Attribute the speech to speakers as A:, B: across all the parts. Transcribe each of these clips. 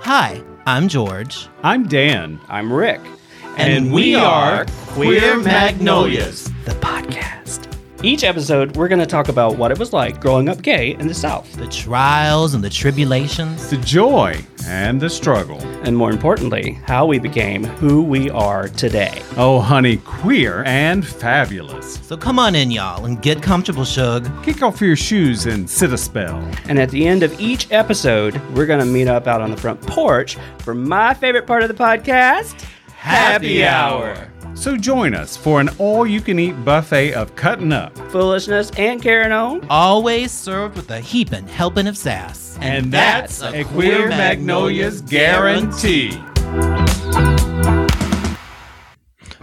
A: Hi, I'm George.
B: I'm Dan. I'm Rick.
A: And we are Queer Magnolias. The podcast.
B: Each episode, we're going to talk about what it was like growing up gay in the South.
A: The trials and the tribulations.
C: The joy and the struggle.
B: And more importantly, how we became who we are today.
C: Oh, honey, queer and fabulous.
A: So come on in, y'all, and get comfortable, Shug.
C: Kick off your shoes and sit a spell.
B: And at the end of each episode, we're going to meet up out on the front porch for my favorite part of the podcast
A: Happy Hour.
C: So join us for an all you can eat buffet of cutting up.
B: Foolishness and Karen on.
A: Always served with a heapin' helping of sass.
C: a Queer Magnolias guarantee.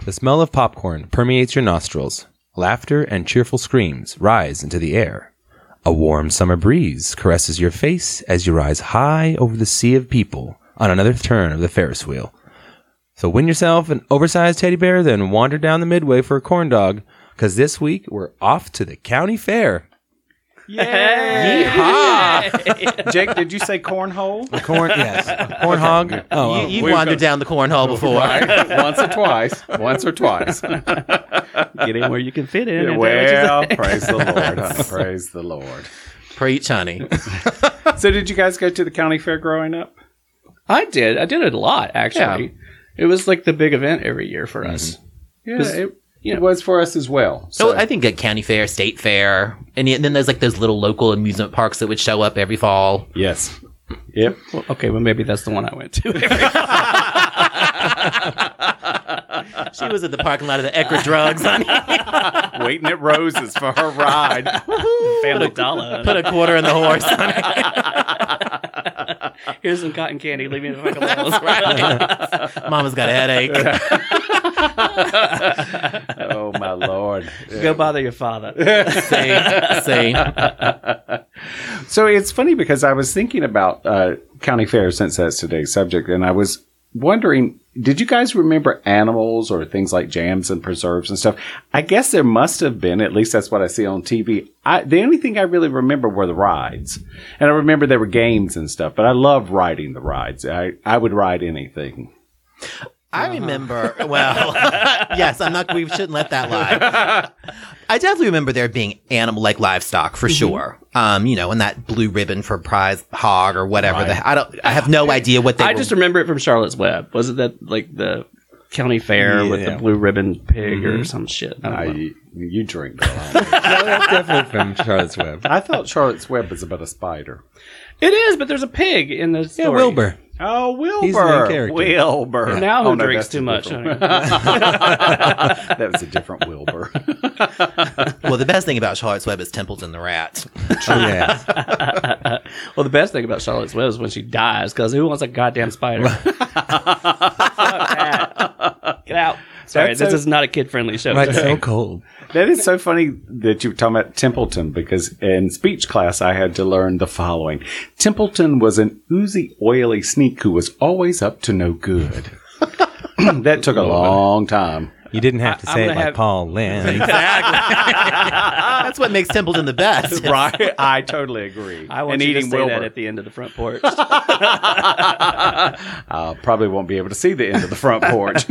D: The smell of popcorn permeates your nostrils. Laughter and cheerful screams rise into the air. A warm summer breeze caresses your face as you rise high over the sea of people on another turn of the Ferris wheel. So win yourself an oversized teddy bear, then wander down the midway for a corn dog, because this week we're off to the county fair.
C: Jake, did you say cornhole?
D: Corn, yes. Corn hog. Oh, oh.
E: You, have wandered down the cornhole before.
F: once or twice. Once or twice.
B: Get in where you can fit in.
F: well, praise the Lord. huh? Praise the Lord.
E: Preach, honey.
C: So, did you guys go to the county fair growing up?
B: I did. I did it a lot, actually. It was like the big event every year for us.
C: Yeah, it, it was for us as well.
E: So I think at county fair, state fair, and yet- then there's like those little local amusement parks that would show up every fall.
C: yes. Yep.
B: Well, okay, well, maybe that's the one I went to.
E: She was at the parking lot of the Ecker Drugs, honey.
C: Waiting at Rose's for her ride.
B: Family Dollar.
E: Put a quarter in the horse, honey.
B: Here's some cotton candy. Leave me the fuck alone.
E: Mama's got a headache.
C: Oh, my Lord.
B: Go bother your father.
E: See, see.
C: So it's funny because I was thinking about uh, county fair since that's today's subject, and I was wondering, did you guys remember animals or things like jams and preserves and stuff? I guess there must have been. At least that's what I see on TV. I, the only thing I really remember were the rides, and I remember there were games and stuff. But I love riding the rides. I I would ride anything.
E: I
B: Uh-huh.
E: remember. Well, yes, I'm not. We shouldn't let that lie. I definitely remember there being animal, like livestock,
B: Mm-hmm.
E: for sure. Um, you know, and that blue ribbon for prize hog or whatever. The, I don't. I have no idea what they.
B: I
E: were-
B: just remember it from Charlotte's Web. Wasn't that like the county fair with the blue ribbon pig or some shit? I don't know.
C: Mm-hmm. I, you drink. Bill.
D: that's definitely from Charlotte's Web.
C: I thought Charlotte's Web was about a spider.
B: It is, but there's a pig in the story.
D: Yeah, Wilbur.
C: Oh, Wilbur.
D: He's the main character.
C: Wilbur.
B: Now who
C: Oh, no,
B: drinks
C: that's
B: too
C: a
B: much?
C: different-
B: honey?
C: That was a different Wilbur.
E: well, the best thing about Charlotte's Web is Templeton the Rat.
D: Oh, yeah.
B: well, the best thing about Charlotte's Web is when she dies, because who wants a goddamn spider? Fuck that. Get out. Sorry,
C: That's
B: this
C: so-
B: is not a kid friendly show.
D: Right, so cold.
C: That is so funny that you were talking about Templeton because in speech class I had to learn the following. Templeton was an oozy, oily sneak who was always up to no good. that took a long time.
D: You didn't have to
B: I'm
D: say it
B: gonna
D: like
B: have-
D: Paul Lynn.
B: Uh.
E: That's what makes Templeton the best.
C: Right. I totally agree.
B: I want
C: and
B: you
C: eating
B: to say
C: Wilbur.
B: that at the end of the front porch.
C: I probably won't be able to see the end of the front porch.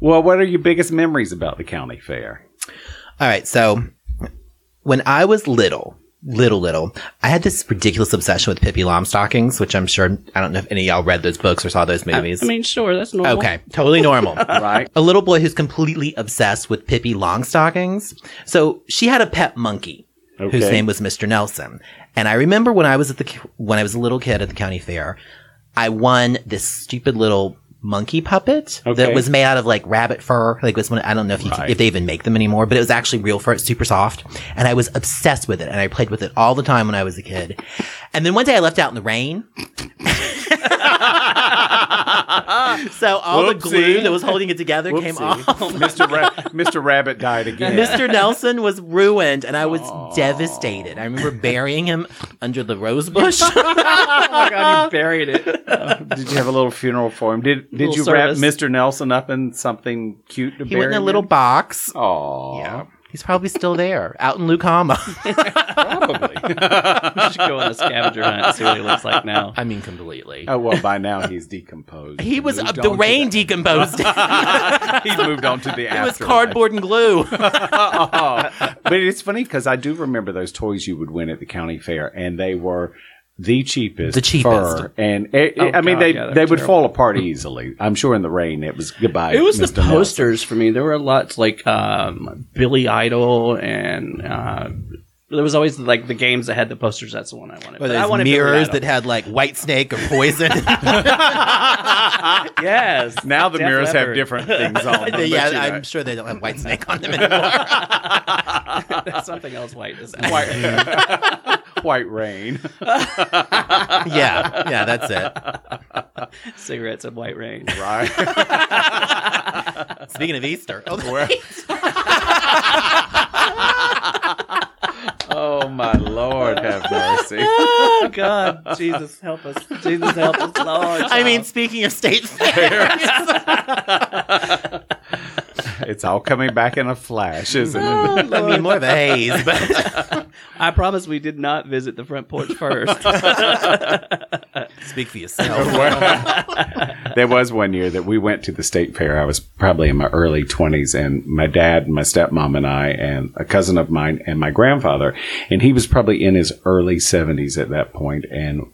C: well, what are your biggest memories about the county fair?
E: All right, so when I was little, little, little, I had this ridiculous obsession with Pippi Longstockings, which I'm sure I don't know if any of y'all read those books or saw those movies.
B: I mean, sure, that's normal.
E: okay, totally normal.
C: Right?
E: a little boy who's completely obsessed with Pippi Longstockings. So she had a pet monkey whose
C: Okay.
E: name was Mr. Nelson. And I remember when I was at the when I was a little kid at the county fair, I won this stupid little monkey puppet that
C: Okay.
E: was made out of like rabbit fur. Like this one, I don't know if you,
C: Right.
E: if they even make them anymore, but it was actually real fur. It's super soft, and I was obsessed with it, and I played with it all the time when I was a kid. And then one day I left out in the rain. so all the glue
C: Whoopsie.
E: that was holding it together came off.
C: Mr. Ra- Mr. Rabbit died again.
E: Mr. Nelson was ruined, and I was devastated. I remember burying him under the rose bush.
B: Oh, God, you buried it.
C: Did you have a little funeral for him? Did did
B: Little
C: you
B: service.
C: wrap Mr. Nelson up in something cute to
E: he went in a little box.
C: Oh,
E: Yeah. He's probably still there, out in Lucama.
B: We should go on a scavenger hunt and see what he looks like now.
G: I mean, completely.
C: Oh well, by now he's decomposed.
E: He was
C: moved
E: uh, the
C: on to
E: rain decomposed.
C: He's moved on to the
E: It was
C: afterlife.
E: cardboard and glue.
C: but it's funny because I do remember those toys you would win at the county fair, and they were the cheapest,
E: The cheapest.
C: fur. and it, it-
B: Oh,
C: I mean
B: God,
C: they
B: yeah, they're
C: they would
B: terrible.
C: fall apart easily. I'm sure in the rain it was goodbye.
B: It was the
C: Mr. Nelson.
B: posters for me. There were lots like um, Billy Idol and uh, there was always like the games that had the posters. That's the one I wanted.
E: Or
B: But I
E: those
B: wanted Billy
E: mirrors
B: Idol.
E: that had like white snake or poison.
B: yes.
C: Now the
B: Def
C: mirrors
B: Leppard.
C: have different things on. Them, but
E: yeah,
C: you know,
E: I'm sure they don't have white snake on them anymore.
B: That's something else white. Is
C: white, white rain.
E: yeah, yeah, that's it.
B: cigarettes and white rain.
C: Right.
E: Speaking of Easter, oh,
C: Oh my lord, have mercy.
B: Oh God, Jesus help us, Jesus help us, Lord.
E: I mean, speaking of state fairs,
C: It's all coming back in a flash, isn't
B: Oh,
C: it?
E: I mean more of a haze, but
B: I promise we did not visit the front porch first.
E: speak for yourself.
C: there was one year that we went to the state fair. I was probably in my early 20s, and my dad, my stepmom, and I, and a cousin of mine, and my grandfather. And he was probably in his early 70s at that point, and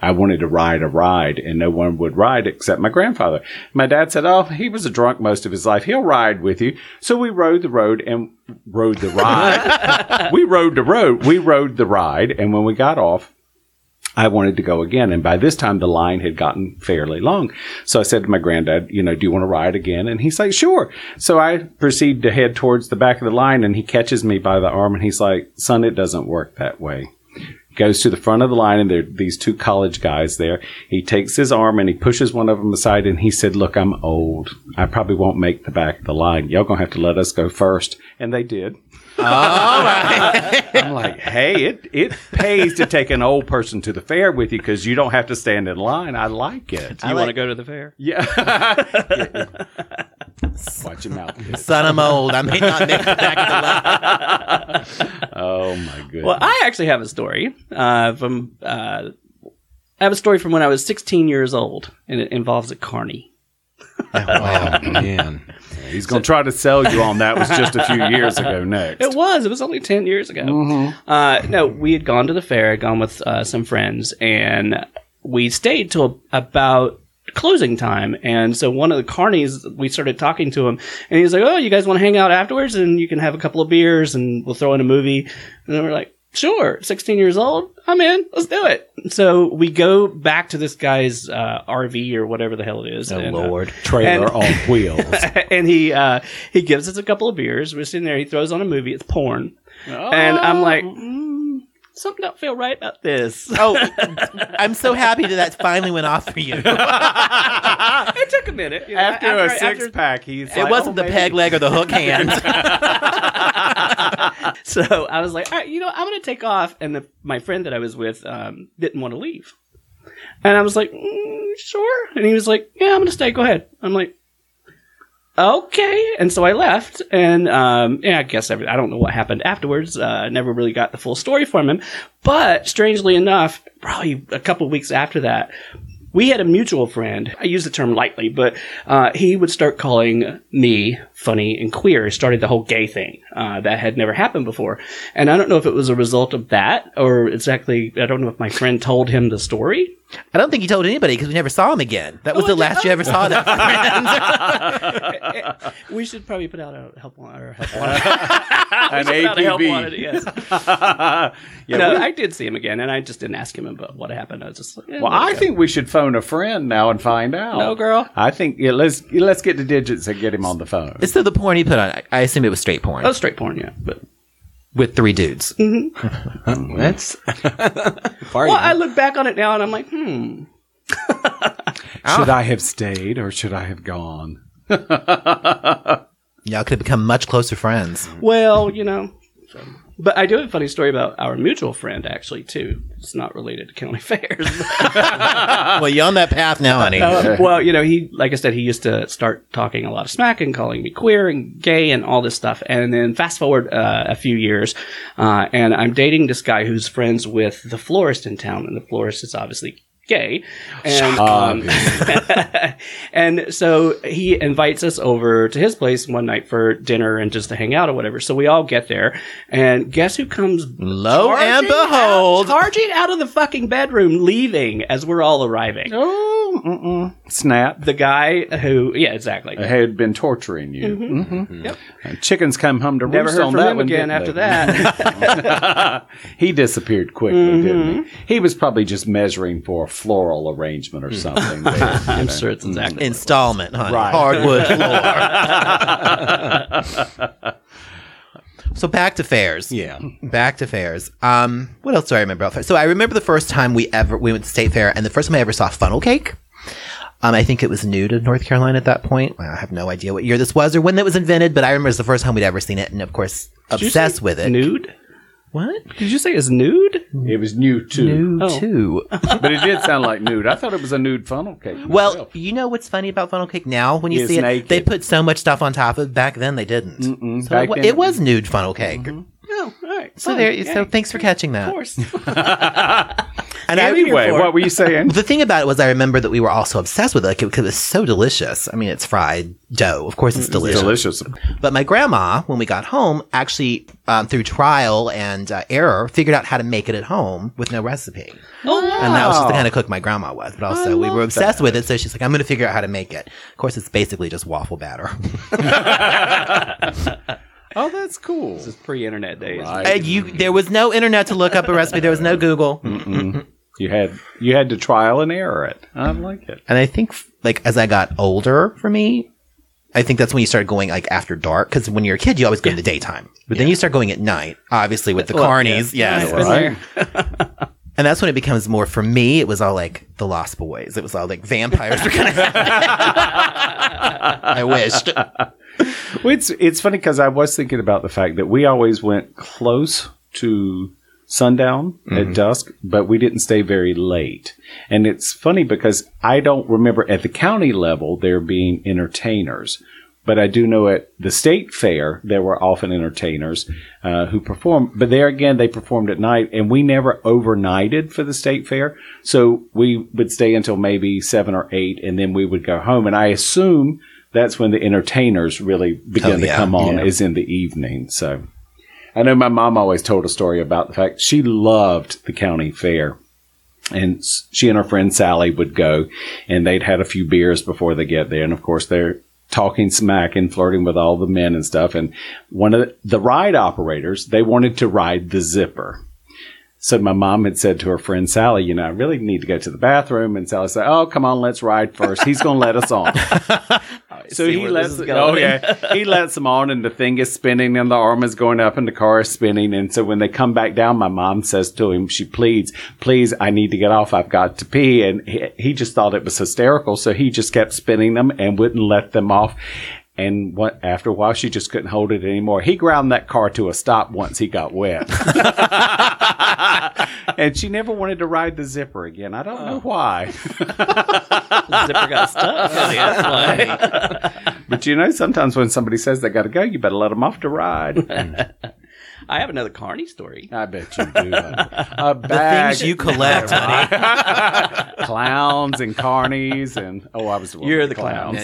C: I wanted to ride a ride, and no one would ride except my grandfather. My dad said, Oh, he was a drunk most of his life. He'll ride with you. So we rode the road and rode the ride. we rode the road. We rode the ride. And when we got off, I wanted to go again. And by this time, the line had gotten fairly long. So I said to my granddad, you know, do you want to ride again? And he's like, sure. So I proceed to head towards the back of the line and he catches me by the arm and he's like, son, it doesn't work that way. Goes to the front of the line and there are these two college guys there. He takes his arm and he pushes one of them aside and he said, look, I'm old. I probably won't make the back of the line. Y'all gonna have to let us go first. And they did.
B: Oh.
C: I'm like, hey, it it pays to take an old person to the fair with you because you don't have to stand in line. I like it.
B: you want to go to the fair?
C: Watch your mouth.
E: Son, I'm old. I may not make it back to life.
C: Oh my goodness.
B: Well, I actually have a story uh, from. Uh, I have a story from when I was 16 years old, and it involves a carny.
D: Oh, man.
C: He's gonna try to sell you on that was just a few years ago. Next,
B: It was. It was only 10 years ago. Uh, no, we had gone to the fair, had gone with uh, some friends, and we stayed till about closing time. And so one of the carnies, we started talking to him, and he was like, Oh, you guys want to hang out afterwards? And you can have a couple of beers, and we'll throw in a movie. And then we're like, Sure, 16 years old. I'm in. Let's do it. So we go back to this guy's uh, RV or whatever the hell it is. and, uh,
C: trailer
B: and-
C: on wheels.
B: and he uh, he gives us a couple of beers. We're sitting there. He throws on a movie. It's porn, and I'm like, Oh, mm, something don't feel right about this.
E: Oh, I'm so happy that that finally went off for you. It
B: it took a minute. you know,
C: After, a
B: I-
C: six pack, he's "Oh, it
E: wasn't the peg leg or the hook hand.
B: so I was like, all right, you know, I'm gonna take off. And the, my friend that I was with um, didn't want to leave, and I was like, mm, sure. And he was like, yeah, I'm gonna stay. Go ahead. I'm like. Okay, and so I left, and um, yeah, I guess every, I don't know what happened afterwards. Uh, I never really got the full story from him, but strangely enough, probably a couple weeks after that, we had a mutual friend. I use the term lightly, but uh, he would start calling me funny and queer. It started the whole gay thing uh, that had never happened before, and I don't know if it was a result of that or exactly. I don't know if my friend told him the story.
E: I don't think he told anybody because we never saw him again. That was
B: Oh,
E: the
B: I
E: last you ever saw that friend.
B: We should probably put out a help wanted. Or help
C: an
B: Without a help
C: APB.
B: wanted, yes.
C: Yeah,
B: no,
C: we-
B: I did see him again, and I just didn't ask him about what happened. I was just like, eh,
C: well,
B: let it
C: I
B: go.
C: think we should phone a friend now and find out.
B: No, girl.
C: I think yeah, let's let's get the digits and get him on the phone.
E: so the porn he put on, I- I assume it was straight porn
B: that was straight porn, yeah. But
E: with three dudes.
D: That's. Far
B: well, I look back on it now, and I'm like, hmm.
C: Should
B: Ah.
C: I have stayed or should I have gone?
E: Y'all could have become much closer friends.
B: Well, you know. But I do have a funny story about our mutual friend, actually, too. It's not related to county fairs.
E: well, you're on that path now, honey.
B: Uh, well, you know, he, like I said, he used to start talking a lot of smack and calling me queer and gay and all this stuff. And then fast forward uh, a few years, uh, and I'm dating this guy who's friends with the florist in town, and the florist is obviously gay. And, um, and so he invites us over to his place one night for dinner and just to hang out or whatever. So we all get there, and guess who comes
E: Lo and
B: charging out-
E: behold,
B: charging out of the fucking bedroom, leaving as we're all arriving
C: Oh, mm-mm. snap.
B: the guy who yeah exactly
C: I had been torturing you.
B: Mm-hmm. Yep.
C: And chickens come home to
B: never
C: roost
B: heard
C: on
B: from
C: that
B: him
C: one,
B: again
C: didn't
B: after
C: they?
B: that
C: he disappeared quickly, didn't
B: Mm-hmm.
C: he? He was probably just measuring for a floral arrangement or
B: Hmm.
C: something. there.
B: i'm sure it's exactly
E: installment, honey.
C: Right.
E: Hardwood floor. so back to fairs.
D: Yeah.
E: Back to fairs. Um, what else do I remember about fairs? So I remember the first time we ever we went to state fair, and the first time I ever saw funnel cake. Um, I think it was new to North Carolina at that point. I have no idea what year this was or when that was invented, but I remember it's the first time we'd ever seen it, and of course,
B: Did you
E: obsessed
B: say
E: with it.
B: nude
E: What?
B: did you say it's nude
C: it was new too,
E: New
B: Oh.
E: too.
C: but it did sound like nude. I thought it was a nude funnel cake.
E: Well,
C: myself.
E: you know what's funny about funnel cake now? When you
C: It's
E: see it,
C: naked.
E: they put so much stuff on top of it. Back then, they didn't.
C: Mm,
E: So it,
C: back
E: wa-
C: then-
E: it was nude funnel cake.
B: oh all right
E: So
B: fine,
E: there.
B: yeah,
E: So thanks for catching
B: of
E: that.
B: course
E: And I-
C: Anyway, what were you saying?
E: the thing about it was, I remember that we were also obsessed with it because it was so delicious. I mean, it's fried dough. Of course, it's delicious.
C: Delicious.
E: But my grandma, when we got home, actually um, through trial and uh, error, figured out how to make it at home with no recipe.
B: oh wow.
E: And that was just the kind of cook my grandma was. But also, we were obsessed with it. So she's like, I'm going to figure out how to make it. Of course, it's basically just waffle batter.
C: Oh, that's cool.
B: this is pre-internet days
C: Right.
E: And you, there was no internet to look up a recipe. There was no Google.
C: You had you had to trial and error it. I like it.
E: And I think, f- like, as I got older for me, I think that's when you start going, like, after dark. Because when you're a kid, you always go in the daytime. But then you start going at night, obviously, with the carnies. Yeah.
B: I've been there.
E: And that's when it becomes more, for me, it was all like the Lost Boys. It was all like vampires were going to happen. I wished.
C: Well, it's it's funny because I was thinking about the fact that we always went close to sundown at dusk, but we didn't stay very late. And it's funny because I don't remember at the county level there being entertainers. But I do know at the state fair there were often entertainers uh, who performed. But there again, they performed at night, and we never overnighted for the state fair. So we would stay until maybe seven or eight, and then we would go home. And I assume that's when the entertainers really begin
E: Oh,
C: to
E: yeah.
C: come on is in the evening. So I know my mom always told a story about the fact she loved the county fair. And s- she and her friend Sally would go, and they'd had a few beers before they get there. And of course, they're talking smack and flirting with all the men and stuff. And one of the, the ride operators, they wanted to ride the zipper. So my mom had said to her friend Sally, "You know, I really need to go to the bathroom." And Sally said, "Oh, come on, let's ride first. He's going to let us on." so he lets oh yeah, he lets them on, and the thing is spinning, and the arm is going up, and the car is spinning. And so when they come back down, my mom says to him, "She pleads, please, I need to get off. I've got to pee." And he, he just thought it was hysterical, so he just kept spinning them and wouldn't let them off. And what, after a while, she just couldn't hold it anymore. He ground that car to a stop once he got wet. and she never wanted to ride the zipper again. I don't
B: Oh.
C: know why.
B: zipper got stuck
C: But you know, sometimes when somebody says they got to go, you better let them off to ride.
B: i have another carney story
C: I bet you do. A bag
E: Things you collect, honey.
C: clowns and carnies and oh, I was the one
B: You're
C: with
B: the clown.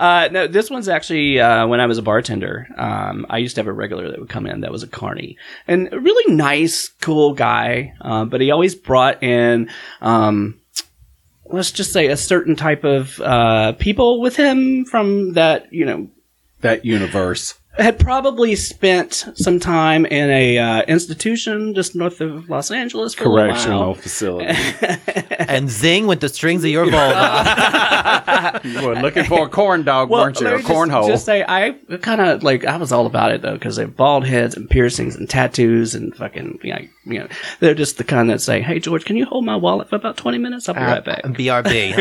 B: uh, no, this one's actually uh, when I was a bartender. Um, I used to have a regular that would come in that was a carny and a really nice, cool guy. Uh, but he always brought in, um, let's just say, a certain type of uh, people with him from that you know
C: That universe.
B: had probably spent some time in a uh, institution just north of Los Angeles. For a little
C: Correctional
B: while.
C: facility.
E: And zing with the strings of your vulva.
C: you were looking for a corn dog, weren't you?
B: let
C: A
B: me just-
C: cornhole.
B: Just say I kind of like I was all about it though because they have bald heads and piercings and tattoos and fucking you know, you know they're just the kind that say, "Hey George, can you hold my wallet Uh, for about twenty minutes? I'll be right back."
E: BRB.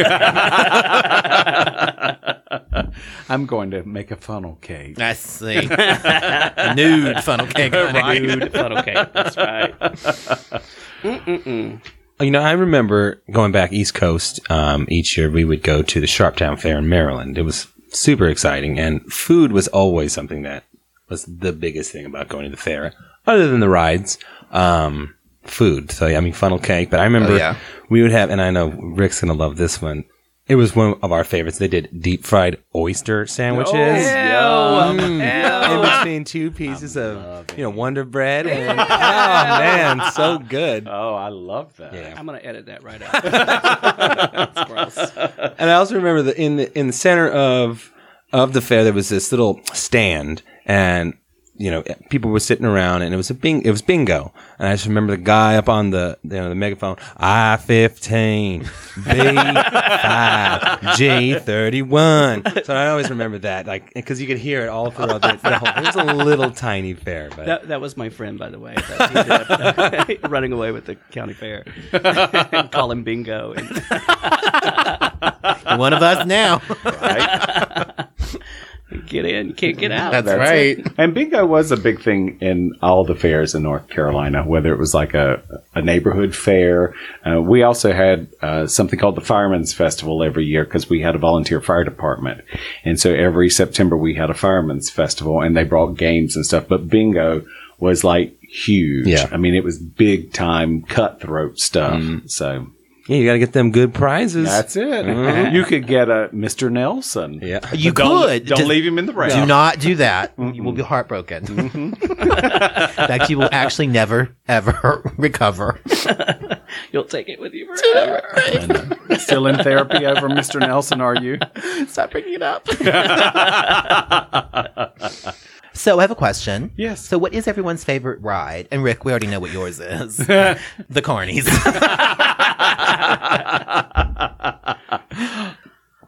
C: I'm going to make a funnel cake.
E: I see. Nude funnel cake.
B: Nude funnel cake. That's right. Mm-mm-mm.
D: Oh, You know, I remember going back East Coast. Um, each year, we would go to the Sharptown Fair in Maryland. It was super exciting, and food was always something that was the biggest thing about going to the fair, other than the rides. Um, food. So I mean, funnel cake. But I remember
E: yeah.
D: we would have, and I know Rick's gonna love this one. It was one of our favorites. They did deep fried oyster sandwiches. Mm. In between two pieces of you know Wonder Bread and oh man, so good.
C: Oh, I love that.
D: Yeah.
B: I'm gonna edit that right out. That's gross.
D: And I also remember that in the in the center of of the fair there was this little stand and you know people were sitting around and it was a bing it was bingo and I just remember the guy up on the you know the megaphone I fifteen B five G thirty one so I always remember that like because you could hear it all throughout the, the whole it was a little tiny fair but
B: That, that was my friend, by the way. That he ended up running away with the county fair. and call him bingo. And
E: One of us now.
B: get in, can't get out.
E: That's right.
C: And bingo was a big thing in all the fairs in North Carolina, whether it was like a, a neighborhood fair. Uh, we also had uh, something called the Firemen's Festival every year because we had a volunteer fire department. And so every September we had a Firemen's Festival and they brought games and stuff. But bingo was like huge.
D: Yeah.
C: I mean, it was big time cutthroat stuff.
D: Mm.
C: So
D: yeah you got to get them good prizes
C: that's it. You could get a Mr. Nelson.
D: Mm-hmm. yeah
E: You
C: Don't,
E: could.
C: don't
E: Just
C: leave him in the rain.
E: Do not do that. you will be heartbroken.
C: Mm-hmm.
E: In fact, you will actually never, ever recover.
B: You'll take it with you forever.
C: Still in therapy over Mr. Nelson, are you?
E: Stop bringing it up. so I have a question.
C: Yes.
E: So what is everyone's favorite ride? And Rick, we already know what yours is. the Carnies.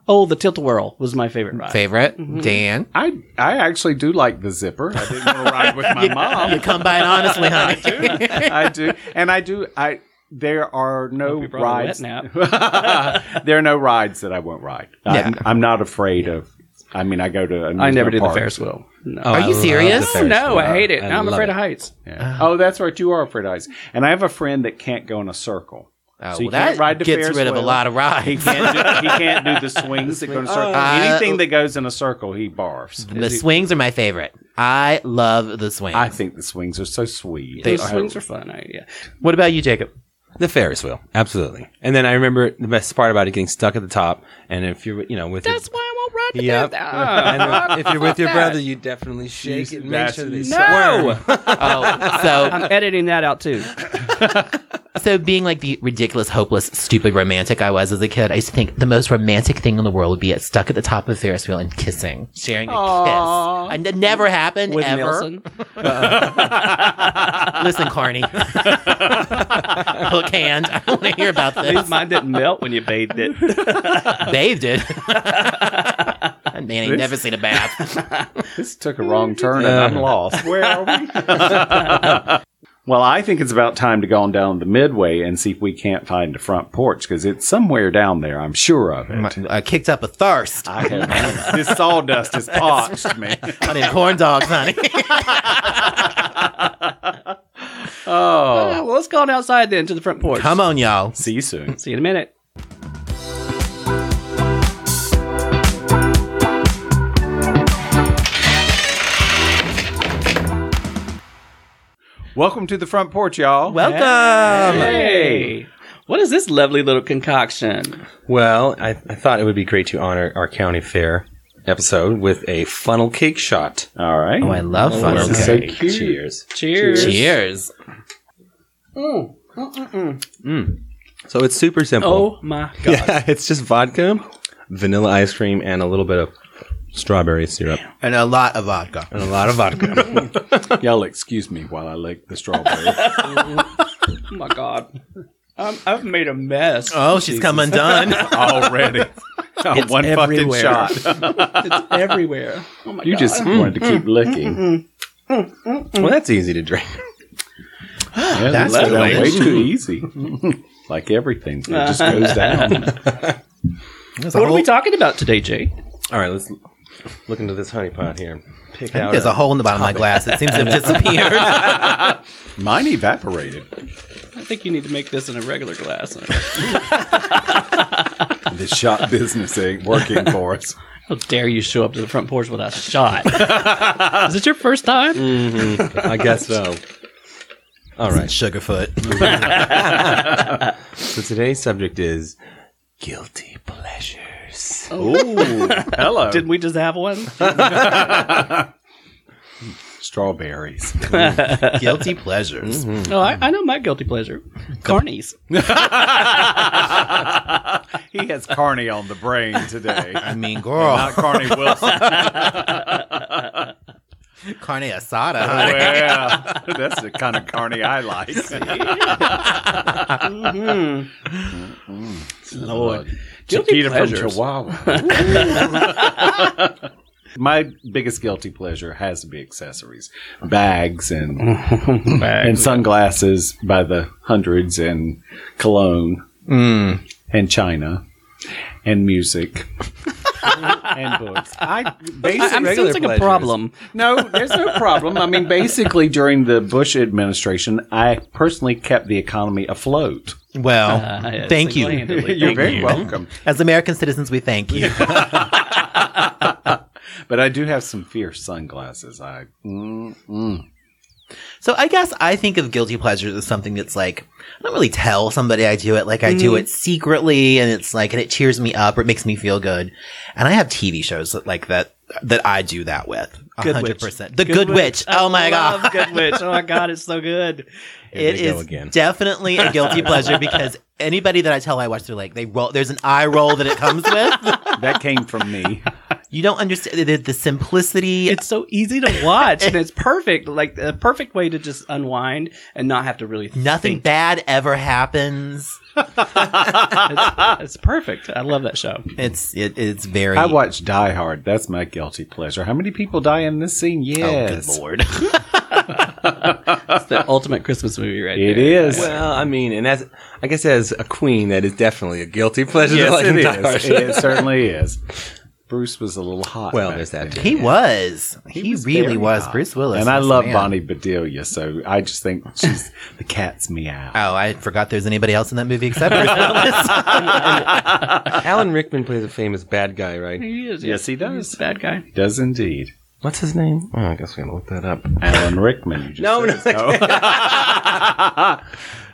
B: Oh, the tilt a whirl was my favorite ride.
E: favorite?
C: Mm-hmm.
E: Dan?
C: I I actually do like the zipper. I didn't want to ride with my mom.
E: You come by it honestly, honey. Uh,
C: I do, and I do. I there are no
B: We brought a
C: rides.
B: wet nap.
C: there are no rides that I won't ride. I'm,
E: Yeah.
C: I'm not afraid of. I mean, I go to.
B: I never
C: amusement
B: did the
C: parks.
B: Ferris wheel. No.
D: Oh, I
E: you
D: love the
E: serious?
D: Ferris
B: no,
D: wheel.
B: I hate it. Now I'm
D: love
B: afraid
D: it.
B: of heights.
C: Yeah. Oh, that's right. You are afraid of heights. And I have a friend that can't go in a circle.
E: Oh,
C: So you
E: well, that
C: can't ride the
E: gets
C: Ferris
E: rid of a
C: wheel.
E: lot of
C: He
E: rides.
C: can't, do, he can't do the swings that go in a circle.
E: I-
C: Anything that goes in a circle, he barfs.
E: The swings are my favorite. I love the swings.
C: I think the swings are so sweet.
B: Those swings are fun. I, yeah.
E: what about you, Jacob?
D: The Ferris wheel, absolutely. And then I remember the best part about it getting stuck at the top. And if you're, you know, with that's your, why I won't ride the yep.
B: Ah.
D: And if you're with your brother, you definitely shake it, and make
C: that's-
D: sure that they
B: No!
D: swerve.
E: Oh, So,
B: I'm editing that out too.
E: so being like the ridiculous, hopeless, stupid romantic I was as a kid, I used to think the most romantic thing in the world would be at stuck at the top of the Ferris wheel and kissing, sharing a kiss. And it never happened
B: With
E: ever.
B: Nelson.
E: Listen, Carney, hook hand. I want to hear about
B: At least
E: this.
B: mine didn't melt when you bathed it.
E: Bathed it. Man, ain't never seen a bath.
C: This took a wrong turn and I'm lost. Where are we? well, I think it's about time to go on down the midway and see if we can't find the front porch because it's somewhere down there. I'm sure of it.
E: I Uh, kicked up a thirst.
C: I have, this sawdust has parched me.
E: I need corn dogs, honey.
C: Oh,
B: Oh, well, let's go on outside then to the front porch.
E: Come on, y'all.
C: see you soon.
B: See you in a minute.
C: Welcome to the front porch, y'all.
E: Welcome.
B: Hey. What is this lovely little concoction?
D: Well, I, I thought it would be great to honor our county fair episode with a funnel cake shot.
C: All right.
E: Oh, I love funnel
C: this is
E: cake.
C: so cute.
D: Cheers.
B: Cheers.
E: Cheers.
D: So it's super simple.
B: Oh my god.
D: yeah, it's just vodka, vanilla ice cream, and a little bit of strawberry syrup,
E: And a lot of vodka.
D: and a lot of vodka.
C: Y'all excuse me while I lick the strawberry.
B: Oh my god. Um, I've made a mess.
E: Oh, she's come undone.
C: Already. One
E: everywhere. Mm.
C: fucking shot.
B: it's everywhere. Oh my
C: You
B: god.
C: just wanted to keep licking.
D: well, that's easy to drink.
C: Yeah,
E: That's
C: this went down way
E: delicious.
C: too easy. like everything. It just goes down.
B: what are we talking about today, Jay?
D: All right, let's look into this honey pot here. and Pick out.
E: There's a hole in the bottom of my glass. It seems to have disappeared.
C: Mine evaporated.
B: I think you need to make this in a regular glass.
C: The shop business ain't working for us.
B: How dare you show up to the front porch with a shot? Is it your first time?
E: Mm.
D: I guess so. All right.
E: Sugarfoot.
D: So today's subject is guilty pleasures.
C: Ooh, hello.
B: Didn't we just have one?
C: Strawberries.
E: Guilty pleasures.
B: No, I, I know my guilty pleasure. Carnies.
C: He has Carney on the brain today.
E: I mean, girl,
C: Not Carney Wilson.
E: carne
B: Uh,
E: asada. honey.
C: yeah, that's the kind of Carney I like. Mm-hmm.
B: Lord.
C: Chiquita Mm-hmm. from
B: pleasures.
C: Chihuahua. My biggest guilty pleasure has to be accessories, bags and and sunglasses by the hundreds, and cologne
B: Mm.
C: and china and music and books. I
B: I mean,
C: basically
B: it seems like a problem.
C: no, there's no problem. I mean, basically during the Bush administration, I personally kept the economy afloat.
E: Well,
B: yeah,
E: thank you.
B: uh, single-handedly.
C: You're
B: Thank
C: very
B: you.
C: welcome.
E: As American citizens, we thank you.
C: But I do have some fierce sunglasses. I mm, mm.
E: So I guess I think of guilty pleasures as something that's like I don't really tell somebody I do it. Like I
B: Mm-hmm.
E: do it secretly, and it's like and it cheers me up or it makes me feel good. And I have TV shows that like that that I do that with.
B: Good
E: hundred
B: Witch.
E: percent. The Good, Witch. Oh my god.
B: Love Good Witch. Oh my god, it's so good.
E: It
D: they go
E: is
D: again.
E: definitely a guilty pleasure because anybody that I tell I watch, they're like, they roll. There's an eye roll that it comes with.
C: That came from me.
E: You don't understand the, the simplicity.
B: It's so easy to watch, and it's perfect. Like the perfect way to just unwind and not have to really
E: Nothing
B: Think.
E: bad ever happens.
B: It's, it's perfect. I love that show.
E: It's it, it's very.
C: I watched Die Hard. That's my guilty pleasure. How many people die in this scene? Yes.
E: Oh, good lord.
B: It's the ultimate Christmas movie, right
C: It
B: there.
C: is.
D: Well, I mean, and as I guess as a queen, that is definitely a guilty pleasure. to
C: yes,
D: like
C: it
D: Die Hard.
C: is. It certainly is. Bruce was a little hot.
D: Well,
C: back
D: there's that.
C: then.
D: Too.
E: He was. He,
C: was very
E: really was.
C: hot.
E: Bruce Willis.
C: And I
E: was the
C: love
E: man.
C: Bonnie Bedelia, so I just think she's the cat's meow.
E: Oh, I forgot there's anybody else in that movie except Bruce Willis.
D: Alan Rickman plays a famous bad guy, right?
B: He is.
C: Yes, he does.
B: He's a bad guy.
C: Does indeed.
D: What's his name? Oh, I guess we're gonna look that up.
C: Alan Rickman. You just
D: No,
C: said his- Oh.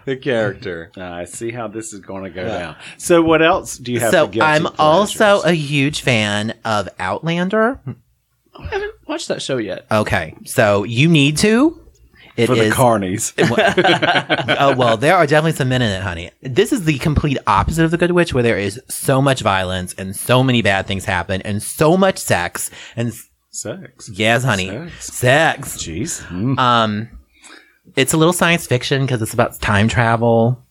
D: The character.
C: I see how this is going to go down. So, what else do you have?
E: so
C: for guilty
E: I'm
C: pleasures?
E: also a huge fan of Outlander.
B: I haven't watched that show yet.
E: Okay, so you need to. It is
C: for the carnies.
E: oh well, there are definitely some men in it, honey. This is the complete opposite of the Good Witch, where there is so much violence and so many bad things happen and so much sex and s-
C: Sex.
E: yes, honey,
C: Sex.
E: sex.
C: Jeez. Hmm.
E: Um, it's a little science fiction because it's about time travel.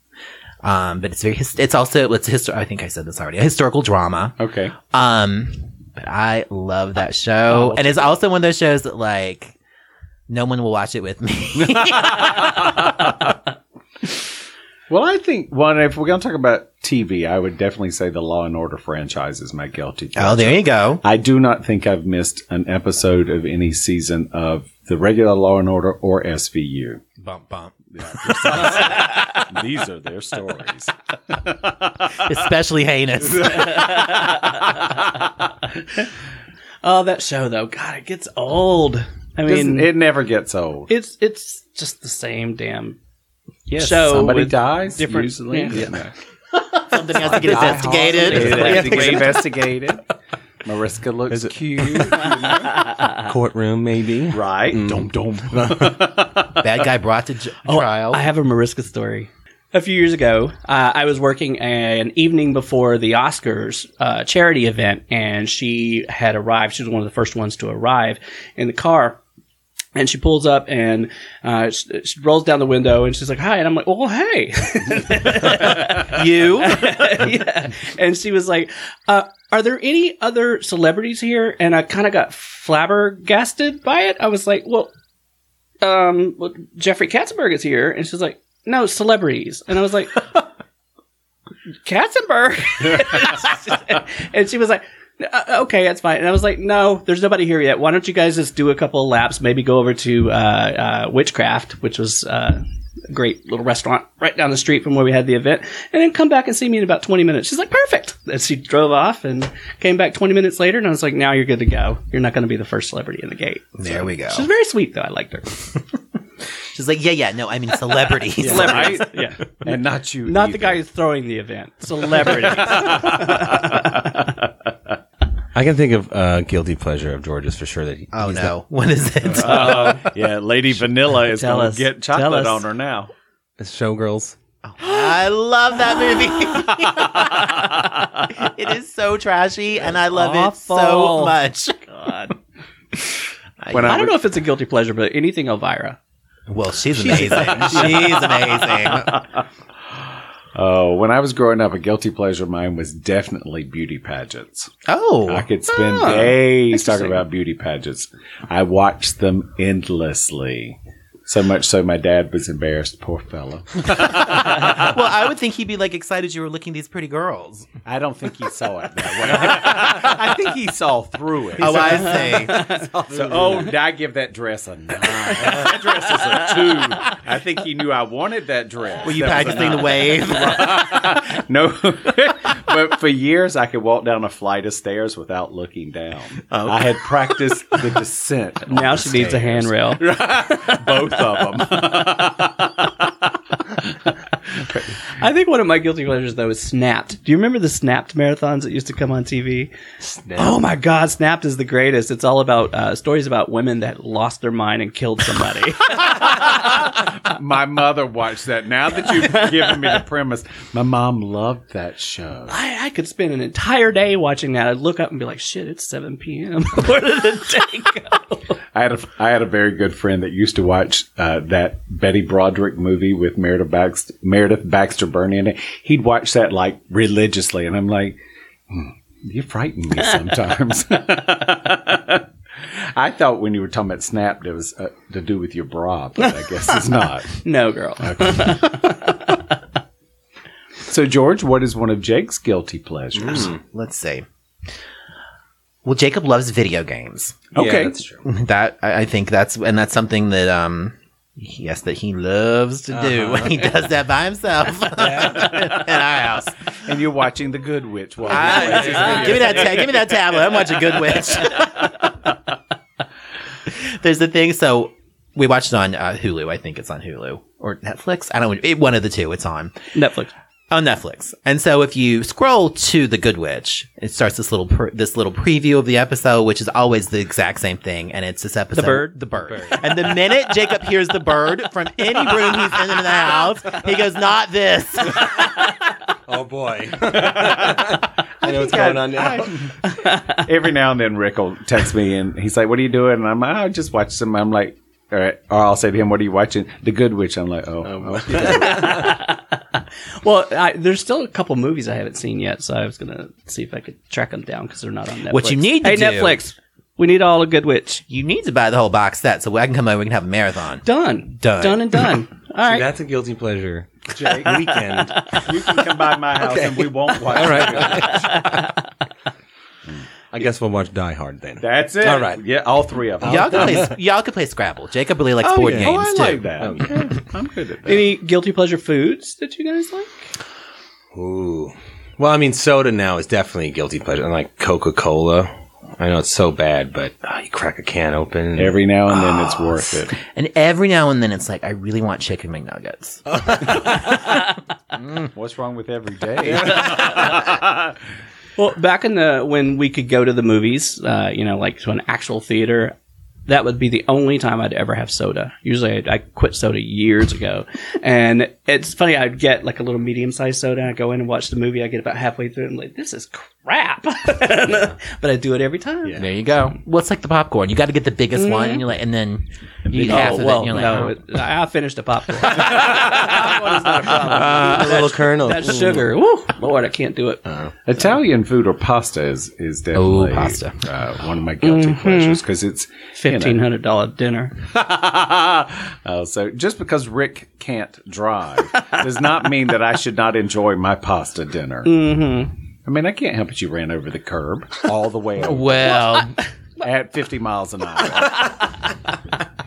E: Um, but it's very, his- it's also, it's history. I think I said this already, a historical drama.
C: Okay.
E: Um, but I love that show. And it's also one of those shows that like, no one will watch it with me.
C: Well, I think one. If we're going to talk about TV, I would definitely say the Law and Order franchise is my guilty.
E: oh,
C: pleasure.
E: there you go.
C: I do not think I've missed an episode of any season of the regular Law and Order or SVU.
E: Bump, bump.
C: These are their stories.
E: Especially heinous.
B: Oh, that show though. God, it gets old. I mean,
C: Doesn't- it never gets old.
B: it's it's just the same damn
C: Yes,
B: show
C: somebody
B: with
C: dies.
B: different-
C: usually.
B: yeah.
E: Something has to get investigated.
C: It has to get investigated. Mariska looks cute.
D: Uh-huh.
C: Mm.
D: Courtroom, maybe.
C: right. Dum dum.
E: Bad guy brought to j- trial.
B: I have a Mariska story. A few years ago, uh, I was working an evening before the Oscars uh, charity event, and she had arrived. She was one of the first ones to arrive in the car. And she pulls up and uh, she, she rolls down the window and she's like, Hi. And I'm like, Oh, hey.
E: you?
B: yeah. And she was like, uh, are there any other celebrities here? And I kind of got flabbergasted by it. I was like, well, um, well, Jeffrey Katzenberg is here. And she's like, no, celebrities. And I was like, Katzenberg. and she was like, uh, okay, that's fine. And I was like, no, there's nobody here yet. Why don't you guys just do a couple of laps? Maybe go over to uh, uh, Witchcraft, which was uh, a great little restaurant right down the street from where we had the event, and then come back and see me in about 20 minutes. She's like, perfect. And she drove off and came back 20 minutes later, and I was like, now you're good to go. You're not going to be the first celebrity in the gate.
E: There we go.
B: She's very sweet, though. I liked her.
E: She's like, yeah, yeah, no, I mean celebrities.
B: Celebrities. yeah.
C: and not you.
B: Not
C: either.
B: the guy who's throwing the event. Celebrities.
D: I can think of uh, guilty pleasure of George's for sure. That he,
E: Oh no, what is it?
C: Uh,
F: yeah, Lady Vanilla is
B: Tell
F: going
B: us.
F: to get
B: Tell
F: chocolate
B: us.
F: on her now.
D: it's Showgirls.
E: I love that movie. it is so trashy, and I love it so
B: awful.
E: much.
B: God.
C: When
B: I
C: I,
B: don't know if it's a guilty pleasure, but anything Elvira.
E: Well, she's amazing. she's amazing.
C: Oh, when I was growing up, a guilty pleasure of mine was definitely beauty pageants. I
E: Oh,
C: could spend days talking about beauty pageants. I watched them endlessly. So much so my dad was embarrassed, poor fellow.
E: well, I would think he'd be like excited you were looking these pretty girls.
C: I don't think he saw it that way. I think he saw through it.
E: Oh, I see.
C: So, oh, did I give that dress a nine? That dress is a two. I think he knew I wanted that dress.
E: Were you
C: That was a
E: practicing the wave?
C: No, but for years I could walk down a flight of stairs without looking down.
E: Oh.
C: I had practiced the descent.
B: Now she needs a handrail.
C: Both of them.
B: I think one of my guilty pleasures though is Snapped. Do you remember the Snapped marathons that used to come on TV? Oh my God, Snapped is the greatest. It's all about uh, stories about women that lost their mind and killed somebody.
C: My mother watched that. Now that you've given me the premise, my mom loved that show.
B: I, I could spend an entire day watching that. I'd look up and be like, "Shit, it's 7 p.m. Where did the day go?"
C: I had a, I had a very good friend that used to watch uh, that Betty Broderick movie with Meredith Baxter, Meredith Baxter Burney in it. He'd watch that like religiously, and I'm like, "Hmm, you frighten me sometimes. I thought when you were talking about Snap, it was uh, to do with your bra, but I guess it's not.
B: No, girl.
C: So, George, what is one of Jake's guilty pleasures?
E: Let's see. Well, Jacob loves video games.
C: Okay,
D: that's true.
E: That I I think that's and that's something that um yes that he loves to do. He does that by himself in our house.
C: and you're watching The Good Witch. While
E: Ah,
C: you're watching
E: yeah. give me that. Ta- give me that tablet. I'm watching Good Witch. There's the thing. So we watched it on uh, Hulu. I think it's on Hulu or Netflix. I don't. It, one of the two. It's on
B: Netflix.
E: on Netflix. And so if you scroll to The Good Witch, it starts this little pre- this little preview of the episode, which is always the exact same thing. And it's this episode, the
B: bird?
E: the bird. And the minute Jacob hears the bird from any room he's in in the house, he goes, "Not this."
D: Oh boy, I know what's going on now.
C: every now and then Rick will text me and he's like, "What are you doing?" And I'm, like, "I just watch some." I'm like, "All right," or I'll say to him, "What are you watching?" The Good Witch. I'm like, "Oh, okay.
B: Well, I, there's still a couple movies I haven't seen yet, so I was gonna see if I could track them down because they're not on Netflix.
E: What you need to
B: hey
E: do-
B: Netflix, we need all a good witch.
E: You need to buy the whole box set so I can come over. We can have a marathon.
B: Done,
E: Done.
B: done, and done. all right,
D: That's a guilty pleasure. weekend.
C: you can come by my house and we won't watch."
D: All right. I guess we'll watch Die Hard then.
C: That's it.
D: All right.
C: Yeah, all three of them.
E: Y'all can play. Y'all can play Scrabble. Jacob really likes board
D: yeah.
C: Oh,
E: games
C: I
E: too.
C: like that. I'm good at that.
B: Any guilty pleasure foods that you guys like?
D: Ooh. Well, I mean, soda now is definitely a guilty pleasure. And like Coca Cola. I know it's so bad, but ah, you crack a can open. and-
C: Every now and then,
D: Oh,
C: it's worth it.
E: And every now and then, it's like I really want chicken McNuggets.
C: What's wrong with every day?
B: Well, back in the when we could go to the movies, uh, you know, like to an actual theater, that would be the only time I'd ever have soda. Usually, I'd, I quit soda years ago, and it's funny. I'd get like a little medium sized soda. I go in and watch the movie. I get about halfway through, and I'm like, "This is crap," but I do it every time.
E: There you go. Well, it's like the popcorn. You got to get the biggest one, and you're like, and then you eat half
B: Oh
E: of it.
B: well,
E: And you're like,
B: no,
E: oh.
B: it, I I finished a popcorn. Popcorn is not a problem.
D: Ah, a little kernel.
B: That sugar, woo, Lord, I can't do it.
C: Italian food or pasta is is definitely
E: pasta.
C: Uh, one of my guilty
D: Mm-hmm.
C: pleasures because it's
B: Fifteen hundred dollar dinner.
C: oh, so just because Rick can't drive does not mean that I should not enjoy my pasta dinner. Mm-hmm. I mean, I can't help it. You ran over the curb all the way over
G: Well,
C: at 50 miles an hour.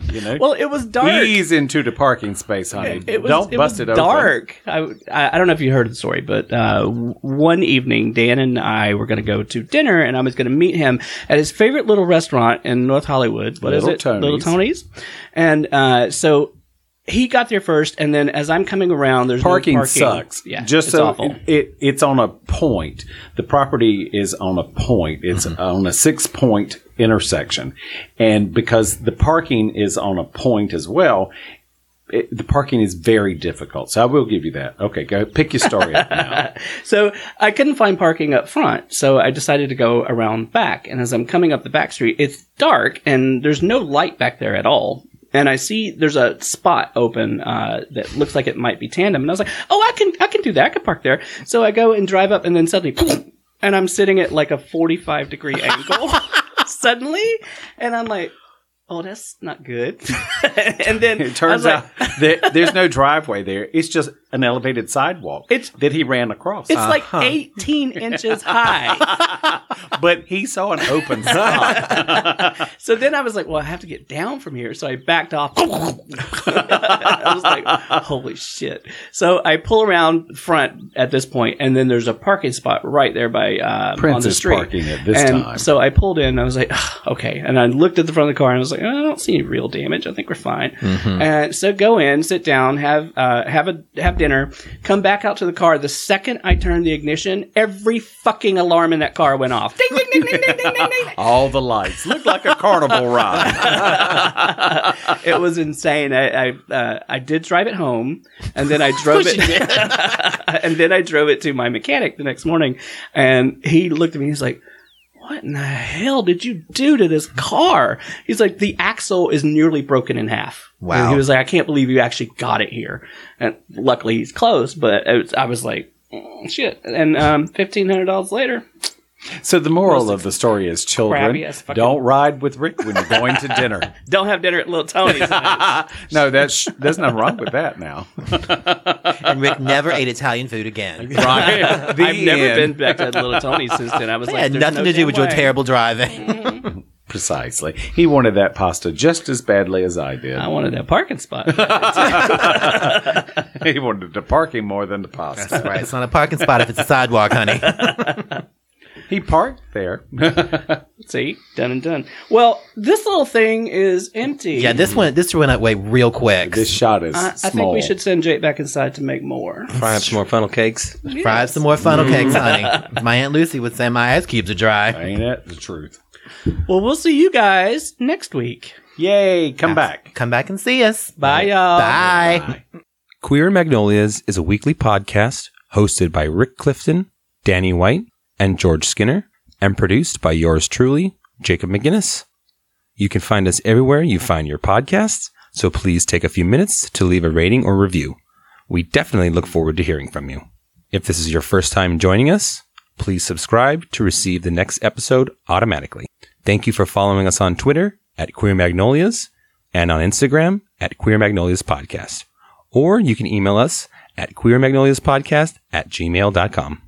C: you know,
B: Well, it was dark.
C: ease into the parking space, honey.
B: It was,
C: Don't
B: it
C: bust
B: was
C: it open.
B: dark. I, I I don't know if you heard the story, but uh, w- one evening, Dan and I were going to go to dinner, and I was going to meet him at his favorite little restaurant in North Hollywood. What is
C: Little
B: it? Little
C: Tony's.
B: Tony's. And uh, so he got there first, and then as I'm coming around, there's
C: Parking,
B: no parking.
C: sucks.
B: Yeah,
C: just
B: it's
C: so
B: awful.
C: It, it's on a point. The property is on a point. It's
B: Mm-hmm.
C: on a six point intersection, and because the parking is on a point as well, it, the parking is very difficult. So I will give you that. Okay, go pick your story up now.
B: So I couldn't find parking up front, so I decided to go around back. And as I'm coming up the back street, it's dark and there's no light back there at all. And I see there's a spot open uh, that looks like it might be tandem, and I was like, "Oh, I can, I can do that. I can park there." So I go and drive up, and then suddenly, and I'm sitting at like a 45 degree angle suddenly, and I'm like, "Oh, that's not good." and then
C: It turns out that there's no driveway there. It's just an elevated sidewalk
B: It's-
C: that he ran across. Uh,
B: it's like
C: Uh-huh.
B: 18 inches high.
C: but he saw an open spot.
B: So then I was like, well, I have to get down from here. So I backed off. I was like, holy shit. So I pull around front at this point, and then there's a parking spot right there by um, on
C: Prince
B: the
C: is
B: street.
C: parking at this
B: and
C: time.
B: So I pulled in. And I was like, "Ugh, okay. And I looked at the front of the car and I was like, I don't see any real damage. I think we're fine. And so go in, sit down, have uh, have a have dinner, come back out to the car. The second I turned the ignition, every fucking alarm in that car went off. Ding, ding, ding, ding, ding, ding, ding, ding.
C: All the lights looked like a carnival ride.
B: it was insane. I I, uh, I did drive it home, and then I drove it, and then I drove it to my mechanic the next morning, and he looked at me. He's like. What in the hell did you do to this car? He's like, the axle is nearly broken in half.
E: Wow.
B: And he was like, I can't believe you actually got it here. And luckily, he's close. But it was, I was like, "Mm, shit. And um, fifteen hundred dollars later,
C: So the moral of the story is,
B: Crabby
C: children,
B: as fucking-
C: don't ride with Rick when you're going to dinner.
B: don't have dinner at Little Tony's.
C: No, that's there's nothing wrong with that now.
E: and Rick never ate Italian food again.
B: I've never
C: end.
B: been back to Little Tony's since then. I was
E: It
B: like,
E: had
B: "There's
E: nothing
B: no
E: to do
B: damn
E: with your
B: way."
E: terrible driving.
C: Precisely. He wanted that pasta just as badly as I did.
B: I wanted that parking spot.
C: he wanted the parking more than the pasta.
E: right. It's not a parking spot if it's a sidewalk, honey.
C: He parked there.
B: See, done and done. Well, this little thing is empty.
E: Yeah, this went this went away real quick.
C: This shot is
B: I, I think
C: small.
B: we should send Jake back inside to make more.
D: Fry up some more funnel cakes.
E: Fry up some more funnel
B: Mm.
E: cakes, honey. My Aunt Lucy would say my ice cubes are dry.
C: Ain't that the truth?
B: Well, we'll see you guys next week.
C: Yay! Come back.
E: Come back and see us.
B: Bye, y'all.
E: Bye.
D: Queer Magnolias is a weekly podcast hosted by Rick Clifton, Danny White, and George Skinner, and produced by yours truly, Jacob McGinnis. You can find us everywhere you find your podcasts, so please take a few minutes to leave a rating or review. We definitely look forward to hearing from you. If this is your first time joining us, please subscribe to receive the next episode automatically. Thank you for following us on Twitter at Queer Magnolias and on Instagram at Queer Magnolias Podcast or you can email us at queermagnoliaspodcast at gmail.com.